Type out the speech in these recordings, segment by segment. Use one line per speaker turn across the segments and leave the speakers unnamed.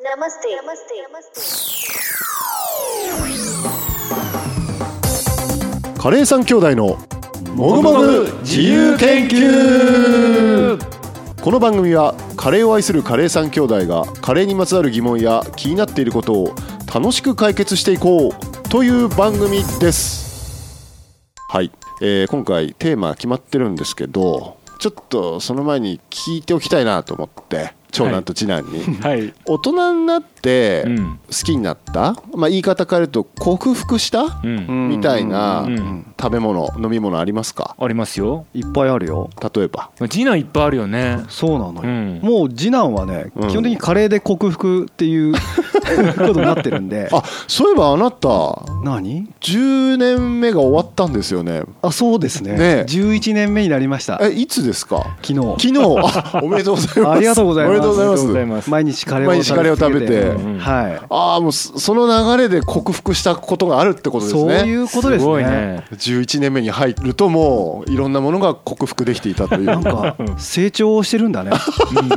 नमस्ते नमस्ते नमस्ते
カレーさん兄弟のもぐもぐ自由研究この番組はカレーを愛するカレーさん兄弟がカレーにまつわる疑問や気になっていることを楽しく解決していこうという番組ですはい、えー今回テーマ決まってるんですけどちょっとその前に聞いておきたいなと思って長男と次男に、
はい。
大人になって
うん
好きになった、まあ、言い方変えると克服した、
うん。
みたいな
うんうん
食べ物飲み物ありますか
ありますよ。
いっぱいあるよ
例えば
次男いっぱいあるよね。
そうなの
う
よ、
ん。
もう次男はね、
うん
基本的にカレーで克服っ ていうことになってるんで
あそういえばあなた
何
10年目が終わったんですよね
あそうですね
ねえ
11年目になりました
えいつですか
昨日
昨日あおめでとうございます
ありがとうございます
おめでとうございます
ます。
毎日カレーを
毎日カレーを食べて
続け
うん
は
ああもうそその流れで克服したことがあるってこ
い
とです
そう
ね
いうことですす
ごい
ね
ね。
11年目に入るともういろんなものが克服できていたという
なん か成長してるんだね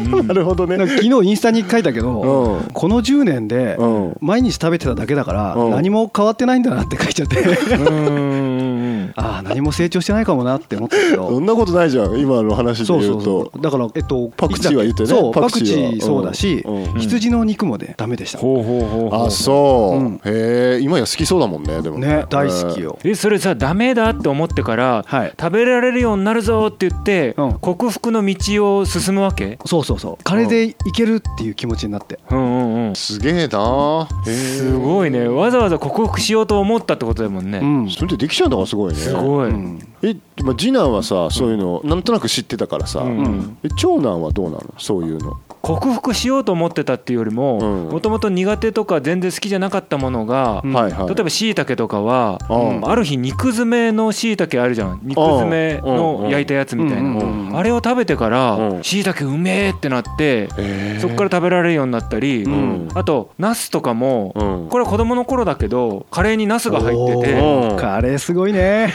うんうん
なるほどね
なんか昨日インスタに書いたけど、
うん
この10年で
うん
毎日食べてただけだから
うん
何も変わってないんだなって書いちゃって
うん。
ああ何も成長してないかもなって思ったけど
そんなことないじゃん今の話で
そう
言
そうう
と
そうだから、えっと、
パクチーは言ってね
そう
パ
パ
ク
ク
チ
チ
ーは
ーそうだし、
うんうん
羊の肉もねダメでした、
ほうほうほうほう。
あそう、
うん
へえ今や好きそうだもんねでも
ね大好きよ、
えそれさダメだって思ってから、
はい
食べられるようになるぞって言って、
うん
克服の道を進むわけ
そうそうそうカレーでいけるっていう気持ちになって、
うんうんうん
すげえなへえ
すごいねわざわざ克服しようと思ったってことだもんね、
うん
それでできちゃうんだからすごいね
すごい、
うん
え、まあ、次男はさそういうのなんとなく知ってたからさ、
うん
うん
え長男はどうなのそういうの
克服しようと思ってたっていうよりも
うん
もともと苦手とか全然好きじゃなかったものが、
うん
はいはい
例えば椎茸とかは、
うん
ある日肉詰めの椎茸あるじゃん肉詰めの焼いたやつみたい
うん
な、
うんうん
あれを食べてから、
うん
椎茸うめえってなって、
えー
そっから食べられるようになったり、
うん
あとナスとかも、
うん
これは子供の頃だけどカレーにナスが入ってて
おーカレーすごいね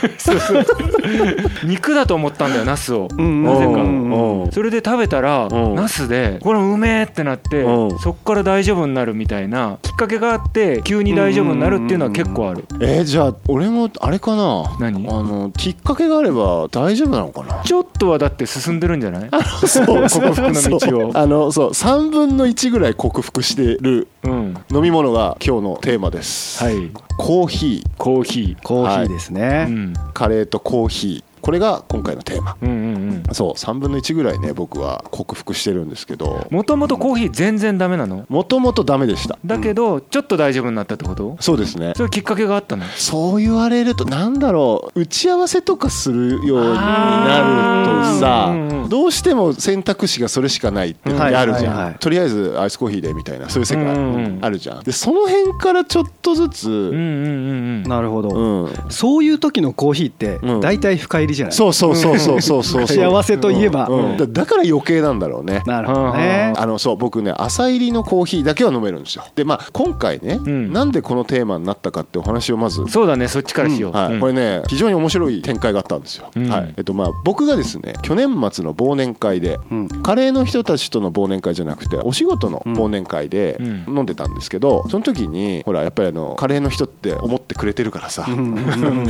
肉だと思ったんだよナスを。
うん
なぜか
うんうん
うん
それで食べたら
うん
ナスでこれうめえってなって
うん
そっから大丈夫になるみたいなきっかけがあって急に大丈夫になるっていうのは結構ある
えーじゃあ俺もあれかな
何
あのきっかけがあれば大丈夫なのか な
ちょっとはだって進んでるんじゃない
そう
克服の道を
そうあのそう3分の1ぐらい克服してる
うんは
飲み物が今日のテーマです、
い
コーヒ
コーヒ
コーヒーですね、
ーうん
ーカレーとコーヒーこれが今回のテーマ
うんうんうん
そう3分の1ぐらいね僕は克服してるんですけど
もともとコーヒー全然ダメなの
もともとダメでした
だけどちょっと大丈夫になったってこと
そうですね
それきっかけがあったの
そう言われるとなんだろう打ち合わせとかするようになると
あーうんうんう
さ
ん
どうしても選択肢がそれしかないって時あるじ
はいはい
ゃ
は
ん
い
とりあえずアイスコーヒーでみたいなそういう世
うんうんう
界
ん
あるじゃんでその辺からちょっとず
うんう
つ
んうんうん
なるほど、
うん
そういう時のコーヒーって
うん
大体深入りじゃない、
そうそうそうそうそうそうそう
幸せといえば、
うんだだから余計なんだろうね
なるほどね
あのそう僕ね朝入りのコーヒーだけは飲めるんですよでまあ今回ね、
ん
なんでこのテーマになったかってお話をまず
そうだねそっちからしよう
はい
うん
これね非常に面白い展開があったんですよ、
うん
はいえっとまあ、僕がですね去年末の忘年会で、
うん
カレーの人たちとの忘年会じゃなくてお仕事の忘年会で
うん
飲んでたんですけど、その時にほらやっぱりあのカレーの人って思ってくれてるからさ、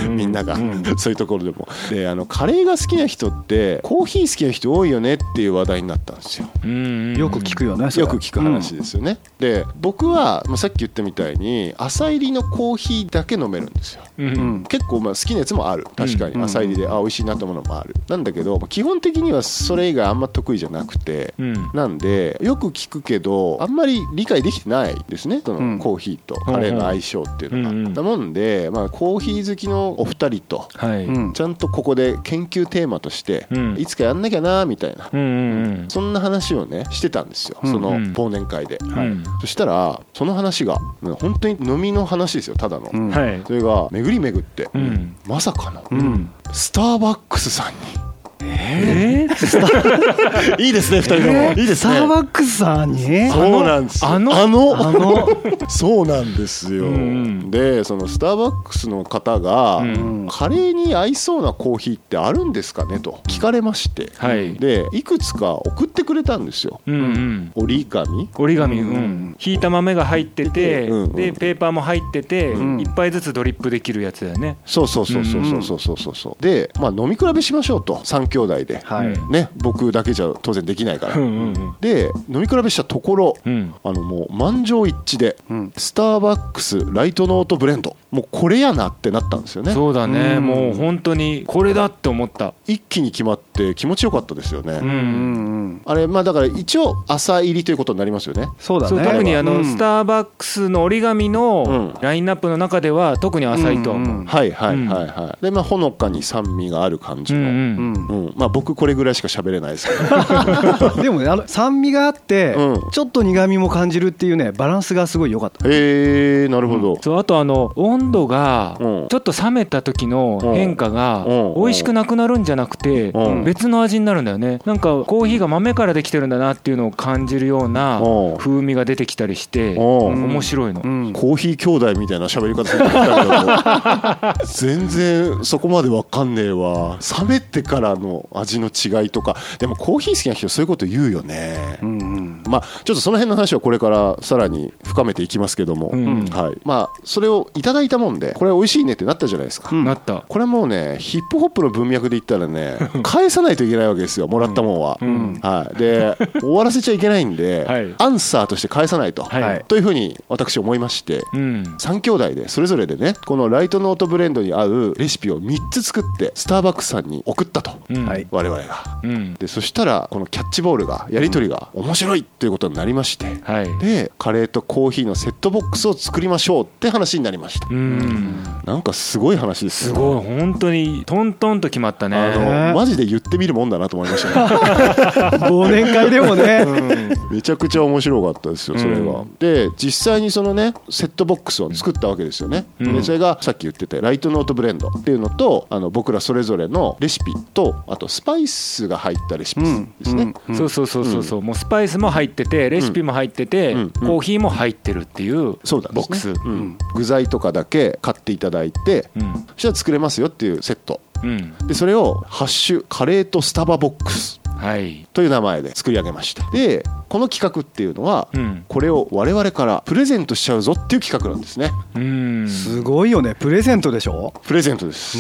みんなが、そういうところでもであのカレーが好きな人ってコーヒー好きな人多いよねっていう話題になったんですよ
うんうんうん
よく聞くよねそれ
よく聞く話ですよね、で僕は、まあ、さっき言ったみたいに朝入りのコーヒーだけ飲めるんですよ
うんうん
うん
結構まあ好きなやつもある確か
う
に
ん
朝入りであ美味しいなと思うのもあるなんだけどまあ基本的にはそれ以外あんま得意じゃなくて
うん
なんでよく聞くけどあんまり理解できてないですねそうの
ん
コーヒーとカレーの相性っていう
うんう
のが
ん
だもんでまあコーヒー好きのお二人と
はい
うん
ちゃんとここで研究テーマとして
うん
いつかやんなきゃなみたいな
うんうん
そんな話をねしてたんですよその
うんうん
忘年会で
うんうん
そしたらその話がね本当に飲みの話ですよただの
うん
はい
それが巡り巡って
うん
まさかの
うん
スターバックスさん
えー
に いいですね2人
えースターバックスさんに
そうなんですよ
あの
あの
あの、
そうなんですよ、
うんうん
でそのスターバックスの方が、
うん
カレーに合いそうなコーヒーってあるんですかねと聞かれまして、
はい
でいくつか送ってくれたんですよ
うんうん
折り紙
折り紙う
うん
んひいた豆が入ってて、
うんうん
でペーパーも入ってて、
うん
一杯ずつドリップできるやつだよね。
そうそうそうそうそうそうそうそうそうで、まあ、飲み比べしましょうと3兄弟で、
はい
うん
ね、僕だけじゃ当然できないから、
うんうん
で飲み比べしたところ、
うん。うん。
あのもう満場一致で、
うん
スターバックスライトノートブレンドもうこれやなってなったんですよね
そうだね、
うん
もう本当にこれだって思った。
一気に決まって気持ちよかったですよね、
うん。
うんうん
あれまあだから一応朝入りということになりますよね
そうだ
そう
ね
特にあの、ス
ー
ターバックスの折り紙の
うん
ラインナップの中では特に浅いとは思う。
はいはいはいはい、でまあほのかに酸味がある感じ
うん
の、うん
うん
まあ僕これぐらいしか喋れないですけど
でもねあの酸味があって、
うん
ちょっと苦味も感じるっていうねバランスがすごい良かった
へえなるほど、
そうあとあの温度が
うん
ちょっと冷めた時の変化が
うん
美味しくなくなるんじゃなくて
うん
別の味になるんだよねなんかコーヒーが豆からできてるんだなっていうのを感じるような
うん
風味が出てきたりして
うん
面白いの
ん
コーヒー兄弟みたいな喋り方するんだけど全然そこまでわかんねえわ冷めてからの味の違いとかでもコーヒー好きな人そういうこと言うよね
うんうん
まあちょっとその辺の話はこれからさらに深めていきますけども、
うん
はい、まあそれをいただいたもんでこれ美味しいねってなったじゃないですか、
うん
なった
これもうねヒップホップの文脈で言ったら ね返さないといけないわけですよもらったもんは、
うん
はい、で終わらせちゃいけないんで、
はい
アンサーとして返さないと、
はい
というふうに私思いまして
うん
3兄弟でそれぞれでねこのライトノートブレンドに合うレシピを3つ作ってスターバックスさんに送ったと、
うん
はい
我々が
うん
でそしたらこのキャッチボールがやり取りが面白いということになりまして、
はい
でカレーとコーヒーのセットボックスを作りましょうって話になりました、
うん
なんかすごい話です
す
よ
ごい本当にトントンと決まった
あ
ね
のマジで言ってみるもんだなと思いました ね
忘年会でもね、
めちゃくちゃ面白かったですよそれは、
う
で実際にそのねセットボックスを作ったわけですよね、
うん
でそれがさっき言ってたライトノートブレンドっていうのとあの僕らそれぞれのレシピとあとスパイスが入ったレシピですね、
うん
そうそうそうそうそうもうスパイスも入っててレシピも入ってて
うんうん
コーヒーも入ってるっていう
そうなんで
ボ
す
ックス
ねうん具材とかだけ買っていただいて、
うん
そしたら作れますよっていうセット
うん
でそれを「ハッシュカレーとスタバボックス
はい」
という名前で作り上げましたでこの企画っていうのは、
うん
これを我々からプレゼントしちゃうぞっていう企画なんですね
うん
すごいよねプレゼントでしょ
プレゼントです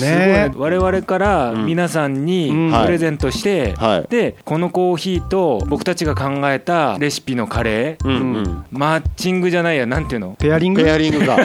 す
ね
ごいね我々から皆さんに
うん
プレゼントして、
はい
でこのコーヒーと僕たちが考えたレシピのカレー、
うんうん
マッチングじゃないやなんてい うの
ペアリング
ペアリングが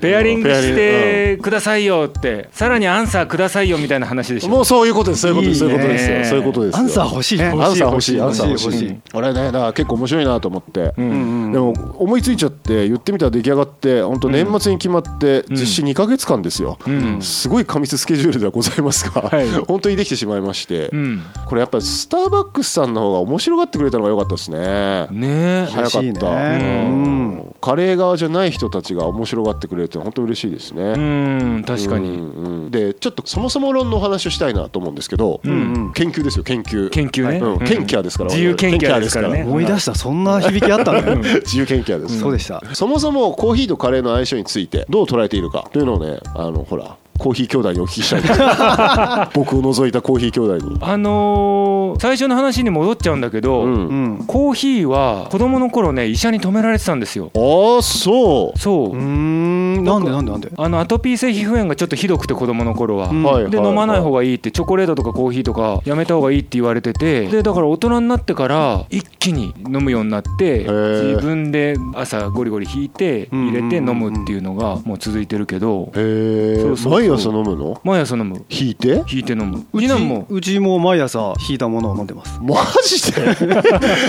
ペアリングし
ペ
てくださいよってさらにアンサーくださいよみたいな話でし
も
ょ
うそういうことですそういうことですそ
い
う
い
い
ね
うことですよそういうことです
アンサー
し
欲しいね
アンサー欲しいアンサー欲しい
欲しい
俺ねだから結構面白いなと思って、
う
うんんうん
でも思いついちゃって言ってみたら出来上がって本当年末に決まって実施2か月間ですよ、
うん
すごい過密スケジュールではございますが、
はい
本当にできてしまいまして、
うん
これやっぱスターバックスさんの方が面白がってくれたのが良かったですね
ねえ
早かっ
嬉しい
た、
ね
うんカレー側じゃない人たちが面白がってくれるってのは本当嬉しいですね、
うん確か
う
に、
んうんでちょっとそもそも論のお話をしたいなと思うんですけど、
ん
研究ですよ研究
研究ね、
うん、研究ですから
自由研究ですからね
思い出したそんな響きあったんだよ
我々 自由研究です
そうでした
そもそもコーヒーとカレーの相性についてどう捉えているかというのをねあのほらコーヒー兄弟にお聞きしたいんですよ 僕を除いたコーヒー兄弟に、
あのー最初の話に戻っちゃうんだけど、
うん
うん
コーヒーは子供の頃ね医者に止められてたんですよ
ああそう
そう、
うーんなんでなんでなんで
あのアトピー性皮膚炎がちょっとひどくて子供の頃は、
うん
はい
で飲まない方がいいってチョコレートとかコーヒーとかやめた方がいいって言われててでだから大人になってから一気に飲むようになって
ー
自分で朝ゴリゴリ引いて入れて飲むっていうのがもう続いてるけど
へえ
そうそうそう
毎朝飲むの
毎朝飲む
引いて
引いて飲む
う
次
ち
男も
うちも毎朝引いたものを飲んでます
マジで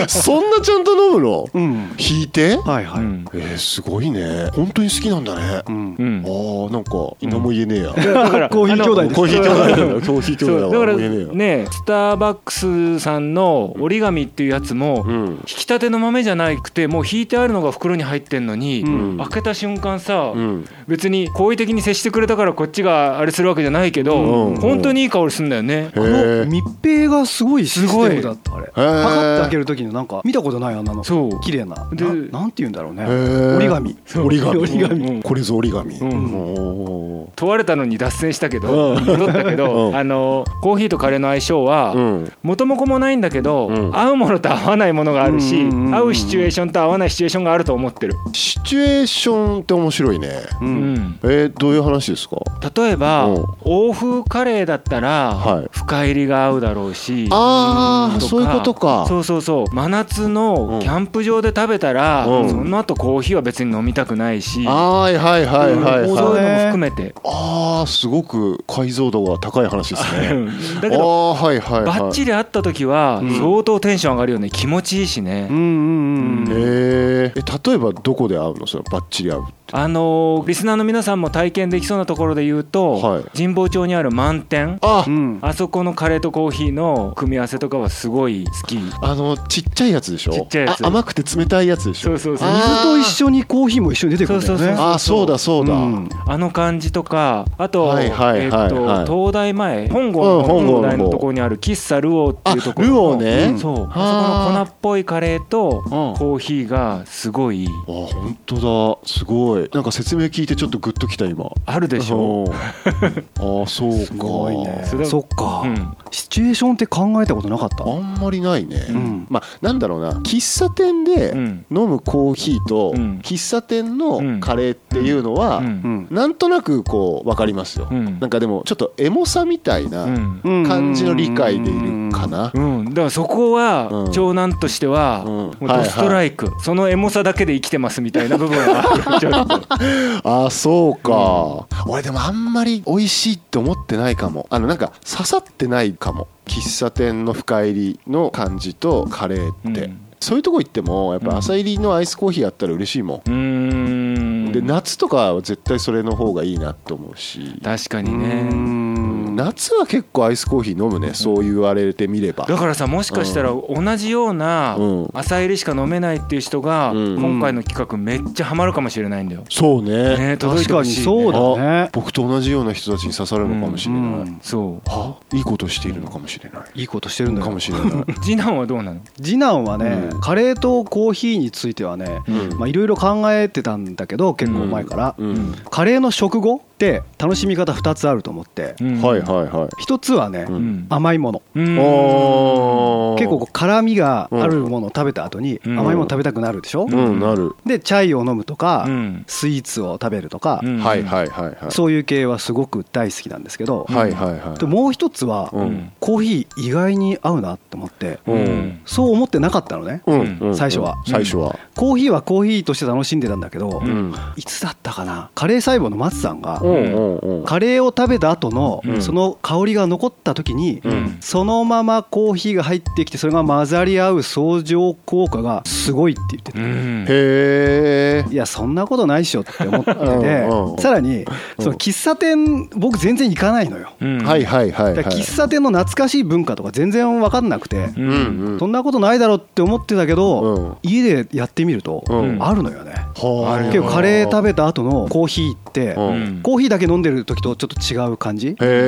そんなちゃんと飲むの
うん
引いて
はいは
う
い
ん
えー、すごいね本当に好きなんだね、
う
あ
ん
うん
あなんか何も言えねえや、
だから
コーヒー兄弟です
コーヒー兄弟だよコーヒー兄
そう
弟だ
だか
からら言えねえや、
ねスターバックスさんの折り紙っていうやつも
うん
引きたての豆じゃなくてもう引いてあるのが袋に入ってんのに、
うん
開けた瞬間さ、
うん
別に好意的に接してくれたからこっちがあれするわけじゃないけ
う
ど
ん
本当にいい香りするんだよ
へ
ね
あの
え
密閉がすごいシステムだったあれパ
ー
カって開ける時のなんか見たことないあんなの
そう
綺麗なな
で
なんて言うんだろうね
へー
折り紙
折り紙
折り紙
うん
これぞ折り紙、
うん
おー
問われたのに脱線したけど
うん
戻ったけ
うん
どあのコーヒーとカレーの相性は
うん
元も子もないんだけど、
うん
合うものと合わないものがあるし、
うんうんうんうん
合うシチュエーションと合わないシチュエーションがあると思ってる、
シチュエーションって面白いね
うん
えー、どういう話ですか
例えば、
うん
欧風カレーだったら、
はい
深入りが合うだろうし
あ
と
あ
か
そういうことか
そうそうそう真夏のキャンプ場で食べたら、
うん
その後コーヒーは別に飲みたくないし、
はいはいはいはい
うん
はい、
そういうのも含 めて、
ああすごく解像度が高い話ですね
うん
あ
だけど
あはいはいはい
バッチリ合った時は
ん
相当テンション上がるよね気持ちいいしね、
うんうんうん
へーえ例えばどこで会うのそれバッチリ会うって
あのーリスナーの皆さんも体験できそうなところで言うと、
はい
神保町にある満点
あ、
うん
あそこのカレーとコーヒーの組み合わせとかはすごい好き
あのちっちゃいやつでしょ
ちっちゃいやつ
あ甘くて冷たいやつでしょ
そうそうそう
あ
水と一緒にコーヒーも一緒に出てくるんだよ
そうそう
ね
そう
ああそうだそうだ、
うん
あの感じとかあと
はい
え
はいはい
っ
はい
と東大前本郷
うん
の
本郷の
本大のところにある喫茶ルオーっていうところの
あルオーね
うんそう
あ
あ
ー
そこの粉っぽいカレーとコーヒーがすごい
あ本当だすごいなんか説明聞いてちょっとグッときた今
あるでしょ
うんああそうか
すごいね
それ
そっか
うん
シチュエーションって考えたことなかった
あんまりないね、
ん
まあなんだろうな喫茶店で
うん
飲むコーヒーと
うん
喫茶店
う
の
ん
カレーっていうのは
うん
ん
なんとなくこう分かりますよ、
うん
なんかでもちょっとエモさみたいな
うん
感じの理解でいるかな、
うん、だからそこ
う
は
ん
長男としては
うん
もう
はいは
ド
い
ストライクそのエモさだけで生きてますみたいな部分はちょっと
ああそうか、俺でもあんまり美味しいって思ってないかもあのなんか刺さってないかも喫茶店の深入りの感じとカレーって、
うん
そういうとこ行ってもやっぱ朝入りのアイスコーヒーあったら嬉しいもん
うーん
で夏とかは絶対それの方がいいなって思うし
確か
う
にね
ん
夏は結構アイスコーヒー飲むねそう言われてみれば
だからさもしかしたら同じような
うん
朝入りしか飲めないっていう人が
うん
今回の企画めっちゃハマるかもしれないんだよ、
そうね
ね、届いてほしい、ね、
確かにそうだ
あ
ね
僕と同じような人たちに刺さるのかもしれない、
うん
そう
はいいことしているのかもしれない
いいことしてるんだ
か
よ
もしれない、
次男はどうなの
次男はね
うん
カレーとコーヒーについてはね
うん
まあいろいろ考えてたんだけど結構前から
うん
カレーの食後って楽しみ方2つあると思って
うん
はいはいはい
1つはね
う
うん
甘いもの
うん
おー
結構こう辛みがあるものを食べた後に
うん
甘いもの食べたくなるでしょ
うんなる、
でチャイを飲むとか
うん
スイーツを食べるとか
うん
はいはいはいはい
そういう系はすごく大好きなんですけど
はいはいはい
でもう一つは
うん
コーヒー意外に合うなと思って
う
うんん
そう思ってなかったのね
うん
うん
うん
最初は
最初は
コーヒーはコーヒーとして楽しんでたんだけど
う
うんん
いつだったかなカレー細胞の松さんが
うんうんうん
カレーを食べた後の
うん
その香りが残った時に
うん
そのままコーヒーが入ってきてそれが混ざり合う相乗効果がすごいって言って
う
た。
ん
へえ
いやそんなことないっしょって思ってて
うんうん
さらにその喫茶店僕全然行かないのよ
うん
はいはいはいは
だ
い
から喫茶店の懐かしい文化とか全然分かんなくて
う
うんんうん
そんなことないだろうって思ってたけ
うん
ど家でやってみると
うん
あるのよね
はあ
あるよ
結構カレー食べた後のコーヒーって
うん
うん
コーヒーだけ飲んでる時とちょっと違う感じ
へ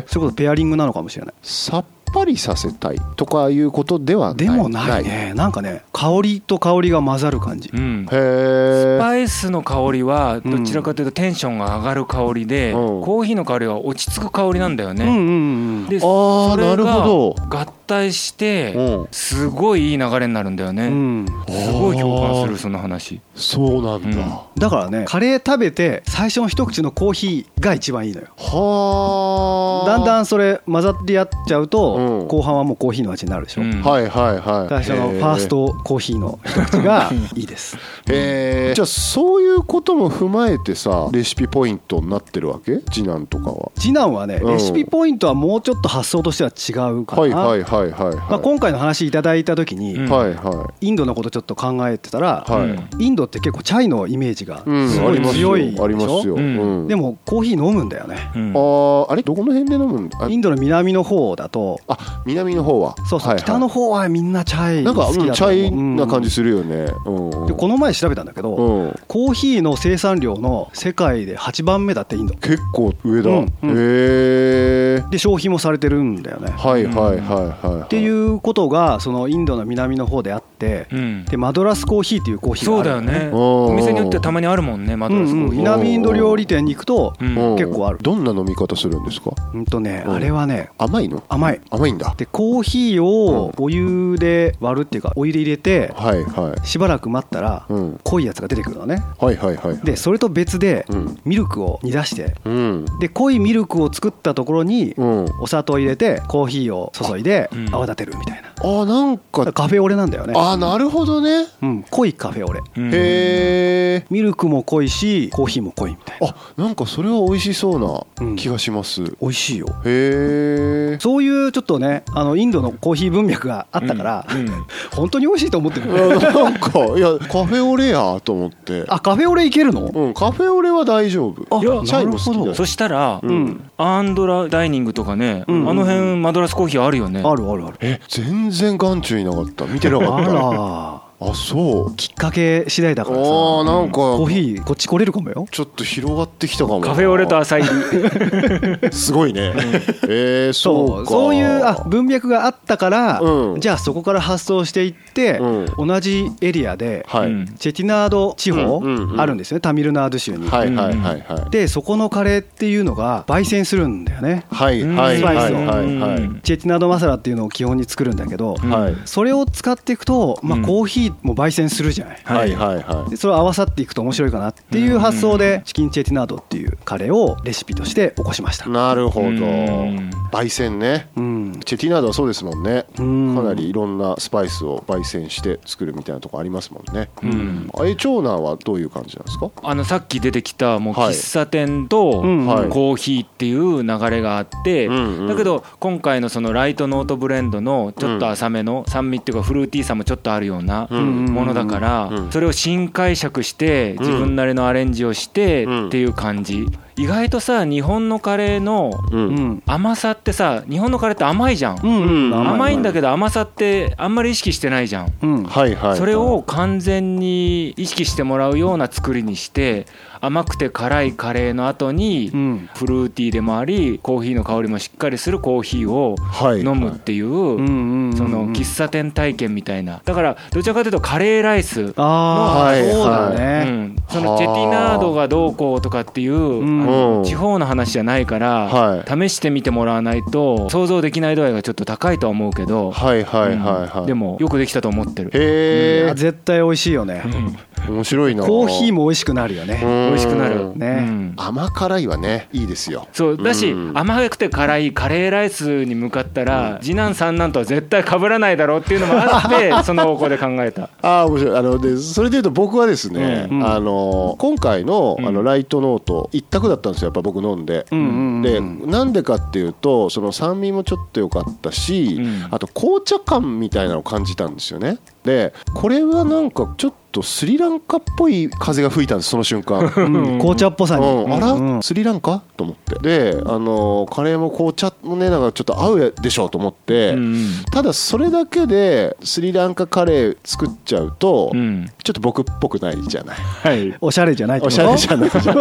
え
それこそペアリングなのかもしれない
さっぱりさせたいとかいうことではない
でもないねなんかね香りと香りが混ざる感じ
う
へ
ん
え
スパイスの香りはどちらかというとテンションが上がる香りで、
うん
コーヒーの香りは落ち着く香りなんだよ
う
ね。
んうんうん
で
あー
それが
なるほ
合体して、
うん
すごいいい流れになるんだよね、
うん
すごい共感す
あー
るその話
そうなんだ、
うん
は
だからねカレー食べて最初の一口のコーヒーが一番いいのよ
あ
だんだ
ん
んそれ混ざり合っちゃう
う
と
ん
後半はもうコーヒーの味になるでしょ、
うん
はいはいはい
最初のファーストコーヒーの一口がいいです
へえじゃあそういうことも踏まえてさレシピポイントになってるわけ次男とかは
次男はね
うん
レシピポイントはもうちょっと発想としては違うかな、
はいはいはいはいはい、
まあ、今回の話いただいた時に、
うん
はいは
インドのことちょっと考えてたら、
いはい、
うん
インドって結構チャイのイメージが
うん
す
あ
ご
り
い
ます
強いでし
よありますよ、
ょ
う
うん
でもコーヒー飲むんだよね
うん
あーあれどこの辺で飲むんだあ
インドの南の方だと
あ南の方は
そうそう
はいはい
北の方はみんなチャイ
なんか
好
う
き
ん
だ
チ
と思う
ャイな感じ
うん
するよね、うんうん
でこの前調べたんだけど、
うん、
コーヒーの生産量の世界で8番目だってインド
結構上だ、
うんうん
へえ
で消費もされてるんだよね
はいはいはいはい、はい、
っていうことがそのインドの南の方であって、
うん
でマドラスコーヒーっていうコーヒーが
そ
あ
う
る
だよね
うん
お店によってはたまにあるもんねマ
う
ドラスコ
ん
ー
うん、
ヒー
南インド料理店に行くと、
うん
うん
結構ある
どんな飲み方するんですか
うんとね、
うん
あれはね
甘いの
甘い
甘いんだ
でコーヒーをお湯で割るっていうかお湯で入れて
はいはい、
しばらく待ったら、
うん、
濃いやつが出てくるのね
はいはいはい
でそれと別で
うん
ミルクを煮出して
うん
で濃いミルクを作ったところに
うん
お砂糖を入れてコーヒーを注いで
うん
泡立てるみたいな、
あーなん
だから
か
カフェオレなんだよね、
あーなるほどね
うん、濃いカフェオレ
うん
へえ
ミルクも濃いしコーヒーも濃いみたいな
あなんかそれは美味しそう
う
なん気がします、へ
美味しいよ
え
そういうちょっとねあのインドのコーヒー文脈があったから、
うん
本当に美味しいと思ってるよ ね
なんかいやカフェオレやと思って
あカフェオレいけるの
うんカフェオレは大丈夫
いや
チャイも好きだし
そしたら
うん
アンドラダイニングとかねあ
うんうん
の辺マドラスコーヒーあるよね
あるあるある
え全然眼中になかった見てなかった
あ
あそう
らきっかけ次第だ
あ
からさ
ーなんか
コーヒーこっち来れるかもよ
ちょっと広がってきたかも
カフェオレと朝入り
すごいねえー
そ
そう
う
か
そういうあ文脈があったから、
うん
じゃあそこから発想していって、
う
同じエリアで
はい
うん
チェティナード地方、
うんうんうん
あるんですよねタミルナード州に、
はいはいはいはい
でそこのカレーっていうのが焙煎するんだよね
はい
うん
はいはいはい
うん
はい
チェティナードマサラっていうのを基本に作るんだけど、
うん
はい
それを使っていくと、まあ、
うん
コーヒーも焙煎するじゃない、
はいはいはい
でそれを合わさっていくと面白いかなっていう発想でチキンチェティナードっていうカレーをレシピとして起こしました、
なるほど
うん
焙煎ね
うん、
チェティナードはそうですもんねか
うん
なりいろんなスパイスを焙煎して作るみたいなとこありますもんね
うん
あえ長男はどういう感じなんですか
あのさっき出てきたもう
はい
喫茶店と
うん
はい
コーヒーっていう流れがあって、
うんうん
だけど今回のそのライトノートブレンドのちょっと浅めの酸味っていうかフルーティーさもちょっとあるような
うん
ものだから
うん
それを新解釈して
ん
自分なりのアレンジをして
うん
っていう感じ意外とさ日本のカレーの
う
うんん
甘さってさ日本のカレーって甘いじゃ
うんんうん、
甘いんだけど甘さってあんまり意識してないじゃん
ど、うん、
はいはい
それを完全に意識してもらうような作りにして甘くて辛いカレーの後に
うん
フルーティーでもありコーヒーの香りもしっかりするコーヒーを
はい
飲むっていうその喫茶店体験みたいなだからどちらかというとカレーライス
ああ、
はい
そうだ
う
ね、
ん、そのチェティナードがどうこうとかっていう、
ん
う
あの
ん
地方の話じゃないから、
は
試してみてもらわないと想像できない度合いがちょっと高いとは思うけど、
はいはいはいは
う
い
んでもよくできたと思ってる、
い
へ
や絶対美味しいよね、
え面白いな
コーヒーも美味しくなるよ
う
ね、
ん
美味しくなる、
ね
うん
甘辛いはねいいですよ
そうだし、
うん
甘くて辛いカレーライスに向かったら、次男三男とは絶対被らないだろうっていうのもあって その方向で考えた
ああ面白いあのでそれでいうと僕はですね、
うん
あの今回のあ
う
の
ん
ライトノート一択だったんですよやっぱ僕飲んで、
うんうん
で
うん
なんでかっていうとその酸味もちょっと良かったし、
うん
あと紅茶感みたいなのを感じたんですよねでこれはなんかちょっとスリランカっぽい風が吹いたんですその瞬 間
うん紅茶っぽさに、
うん、あら、
うん
スリランカと思ってで、あのーカレーも紅茶もねなんかちょっと合うでしょうと思って、
うん
ただそれだけでスリランカカレー作っちゃうと、
うん
ちょっと僕っぽくないじゃない
はい
おしゃれじゃないって
お
こと
しゃれじゃないじゃん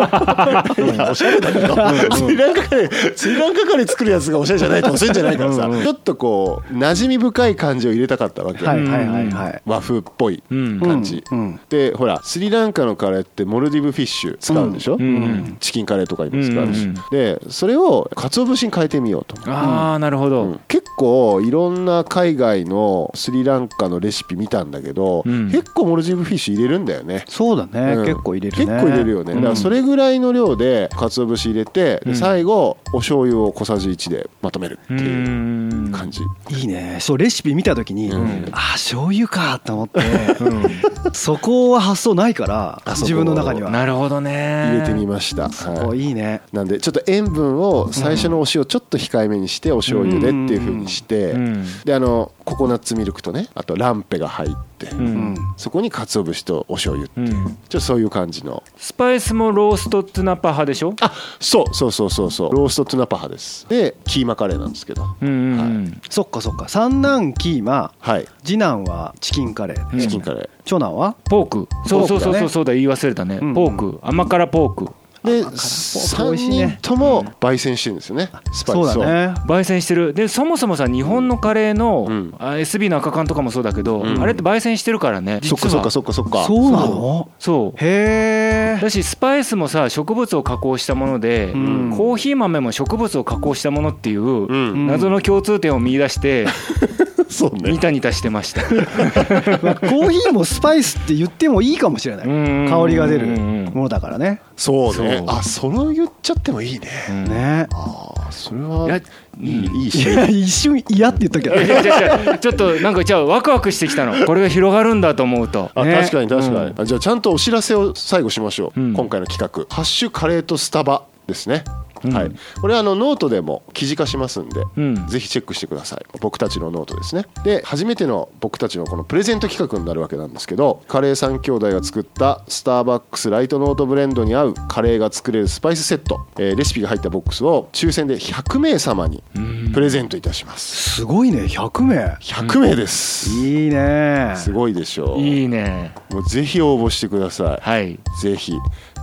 いやおしゃれだ けどスリランカカレースリランカカレー作るやつがおしゃれじゃないとするんじゃないからさちょっとこう馴染み深い感じを入れたかったわけ、
はいはいはいはい、
和風っぽい
うん
感じ、
うんうん
でほらスリランカのカレーってモルディブフィッシュ使うでしょ、
んうん
チキンカレーとかにも使うし、
うんうんうん
でそれを鰹節に変えてみようと、
ああなるほど、
うん結構いろんな海外のスリランカのレシピ見たんだけど、
うん
結構モルディブフィッシュ入れるんだよね
そうだね、
うん
結構入れるね
結構入れるよね、だからそれぐらいの量で鰹節入れて、で
うん
最後お醤油を小さじ1でまとめるって
う
いうん感じ、
いいねそうレシピ見た時に、
うん
ああ醤油かと思って、そこは発想ないから
あそこ
自分の中には
なるほどね
入れてみました、
お
はい
いいね
なんでちょっと塩分を最初のお塩ちょっと控えめにしてお醤油でっていう風にして、
うん
であのココナッツミルクとねあとランペが入って、
う
うんん
そこに鰹節とお醤油ちょ
うん
っとそういう感じの
スパイスもローストツナパ派でしょ
あそうそうそうそうそうローストツナパハですでキーマカレーなんですけど、
うんうんうんうん
そっかそっか三男キーマ
はい
次男はチキンカレー、
うん
チキンカレ
長男は
ポークそうそうそうそうそうだ言い忘れたね、
うん
ポーク甘辛ポーク
ーで
辛ポーク美
3
味しいね
人とも焙煎してるんですよねスパイス
そ
を
うだね
焙煎してるでそもそもさ日本のカレーの、
うん
あ SB の赤缶とかもそうだけど、
うん
あれって焙煎してるからね
そっかそっかそ
そ
っかそっか
そうなの
そう
へ え
だしスパイスもさ植物を加工したもので、
うん
コーヒー豆も植物を加工したものっていう、
うん
ん
謎の共通点を見出して、
そう ね
ニタニタしてました
まあコーヒーもスパイスって言ってもいいかもしれない
うん
香りが出る
うん
ものだからね
そうね
そう
あそれを言っちゃってもいいね
うん
ね
ああそれ
いや
は
う
いい
ん
いい
い
し
や一瞬嫌って言ったけど
いやいやいやいやちょっとなんかじゃあワクワクしてきたのこれが広がるんだと思うと
あ
ね
確かに確かに、あじゃあちゃんとお知らせを最後しましょう、
うん
今回の企画「ハッシュカレーとスタバ」ですね、
うん
はい、これはあのノートでも記事化しますんで、
うん
ぜひチェックしてください僕たちのノートですねで初めての僕たちのこのプレゼント企画になるわけなんですけどカレー三兄弟が作ったスターバックスライトノートブレンドに合うカレーが作れるスパイスセット、えーレシピが入ったボックスを抽選で100名様にプレゼントいたします
すごいね100名
100名です、
いいね
すごいでしょう
いいね
もうぜひ応募してください
はい
ぜひ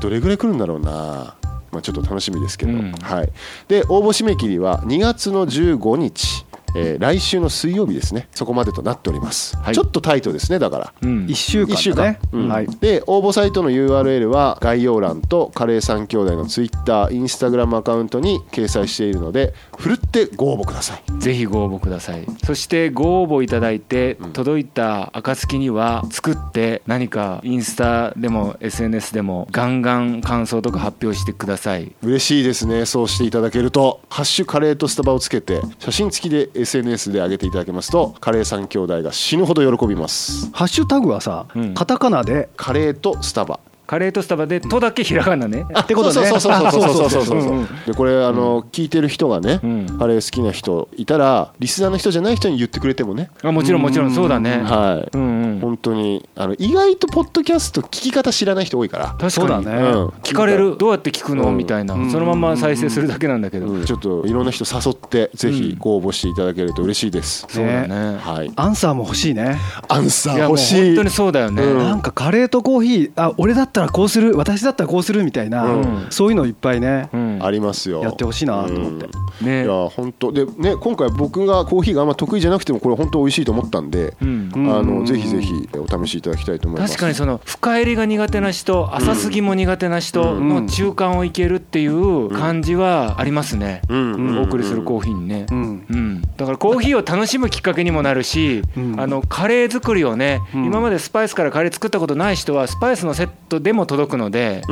どれぐらい来るんだろうな、まあ、ちょっと楽しみですけど、
うん
はい、で応募締め切りは2月の15日、えー来週の水曜日ですねそこまでとなっております、
はい
ちょっとタイトですねだから
うん
1週
1週
間だ
間
ね、
うん
はい
で応募サイトの URL は概要欄とカレー三兄弟の Twitter インスタグラムアカウントに掲載しているのでふるってご応募ください
ぜひご応募くださいそしてご応募いただいて届いた暁には作って何かインスタでも SNS でもガンガン感想とか発表してください
嬉しいですねそうしていただけると「ハッシュカレーとスタバ」をつけて写真付きで SNS で上げていただけますとカレー三兄弟が死ぬほど喜びます
ハッシュタグはさ、
うん
カタカナで
カレーとスタバ
カレーとスタバで「と」だけひらがなね
ってことね
そうそうそうそうそうそうそうそう
うんうん
でこれあの聞いてる人がね
うん
カレー好きな人いたらリスナーの人じゃない人に言ってくれてもね
あもちろんもちろんそうだね
は
う
い
んうん
本当にあの意外とポッドキャスト聞き方知らない人多いから
確
そう
か
だ
に
ね、
うん
聞かれるどうやって聞くの
うん
みたいな
うん
そのまま再生するだけなんだけど
うんちょっといろんな人誘ってぜひご応募していただけると嬉しいです
そうだね
はい
アンサーも欲しいね
アンサ
い
ー
やもう
欲し
本
い
当にそうだよね
うん
なんかカレーとコーヒーあ俺だったらこうする私だったらこうするみたいな、
うん
そういうのいっぱいね、
うん
ありますよ
やってほしいなと思って
うん
ね
いや本当でね今回僕がコーヒーがあんま得意じゃなくてもこれ本当美味しいと思ったんで
うん
あのぜひぜひお試しいただきたいと思います
確かにその深入りが苦手な人浅すぎも苦手な人の中間をいけるっていう感じはありますね、
うんうん
お送りするコーヒーにね、
うん
うん、だからコーヒーを楽しむきっかけにもなるし、
うん
あのカレー作りをね、
うん
今までスパイスからカレー作ったことない人はスパイスのセットでも届くので、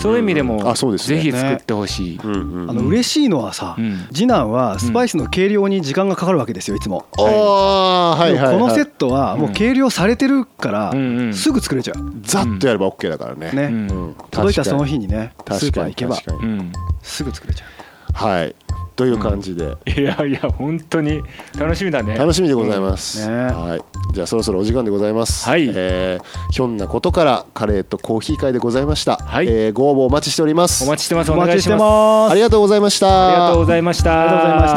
そういう意味でも
あそうですね
ぜひ作ってほしい、
うんうん
あの嬉しいのはさ、
うん
次男はスパイスの計量に時間がかかるわけですよいつも、
あーはいはいはい
でもこのセットはもう計量されてるから、
うんうん
すぐ作れちゃう、
ざっとやれば OK だからね
ね
うん
うん
届いたその
確
日にね
かに
スーパー行けば
確かに確か
う
に
ん、
すぐ作れちゃう
はいという感じで
いやいや本当に楽しみだね
楽しみでございます
うんね
はいじゃあそろそろお時間でございます
はい
えーひょんなことからカレーとコーヒー会でございました
はい
えーご応募お待ちしております
お待ちしてますお
お
願
待
い
ち
し
して
ます
ます
ありがとうございました
ありがとうございました
ありがとうございまし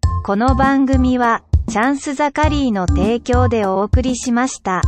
た
この番組は、チャンスザカリーの提供でお送りしました。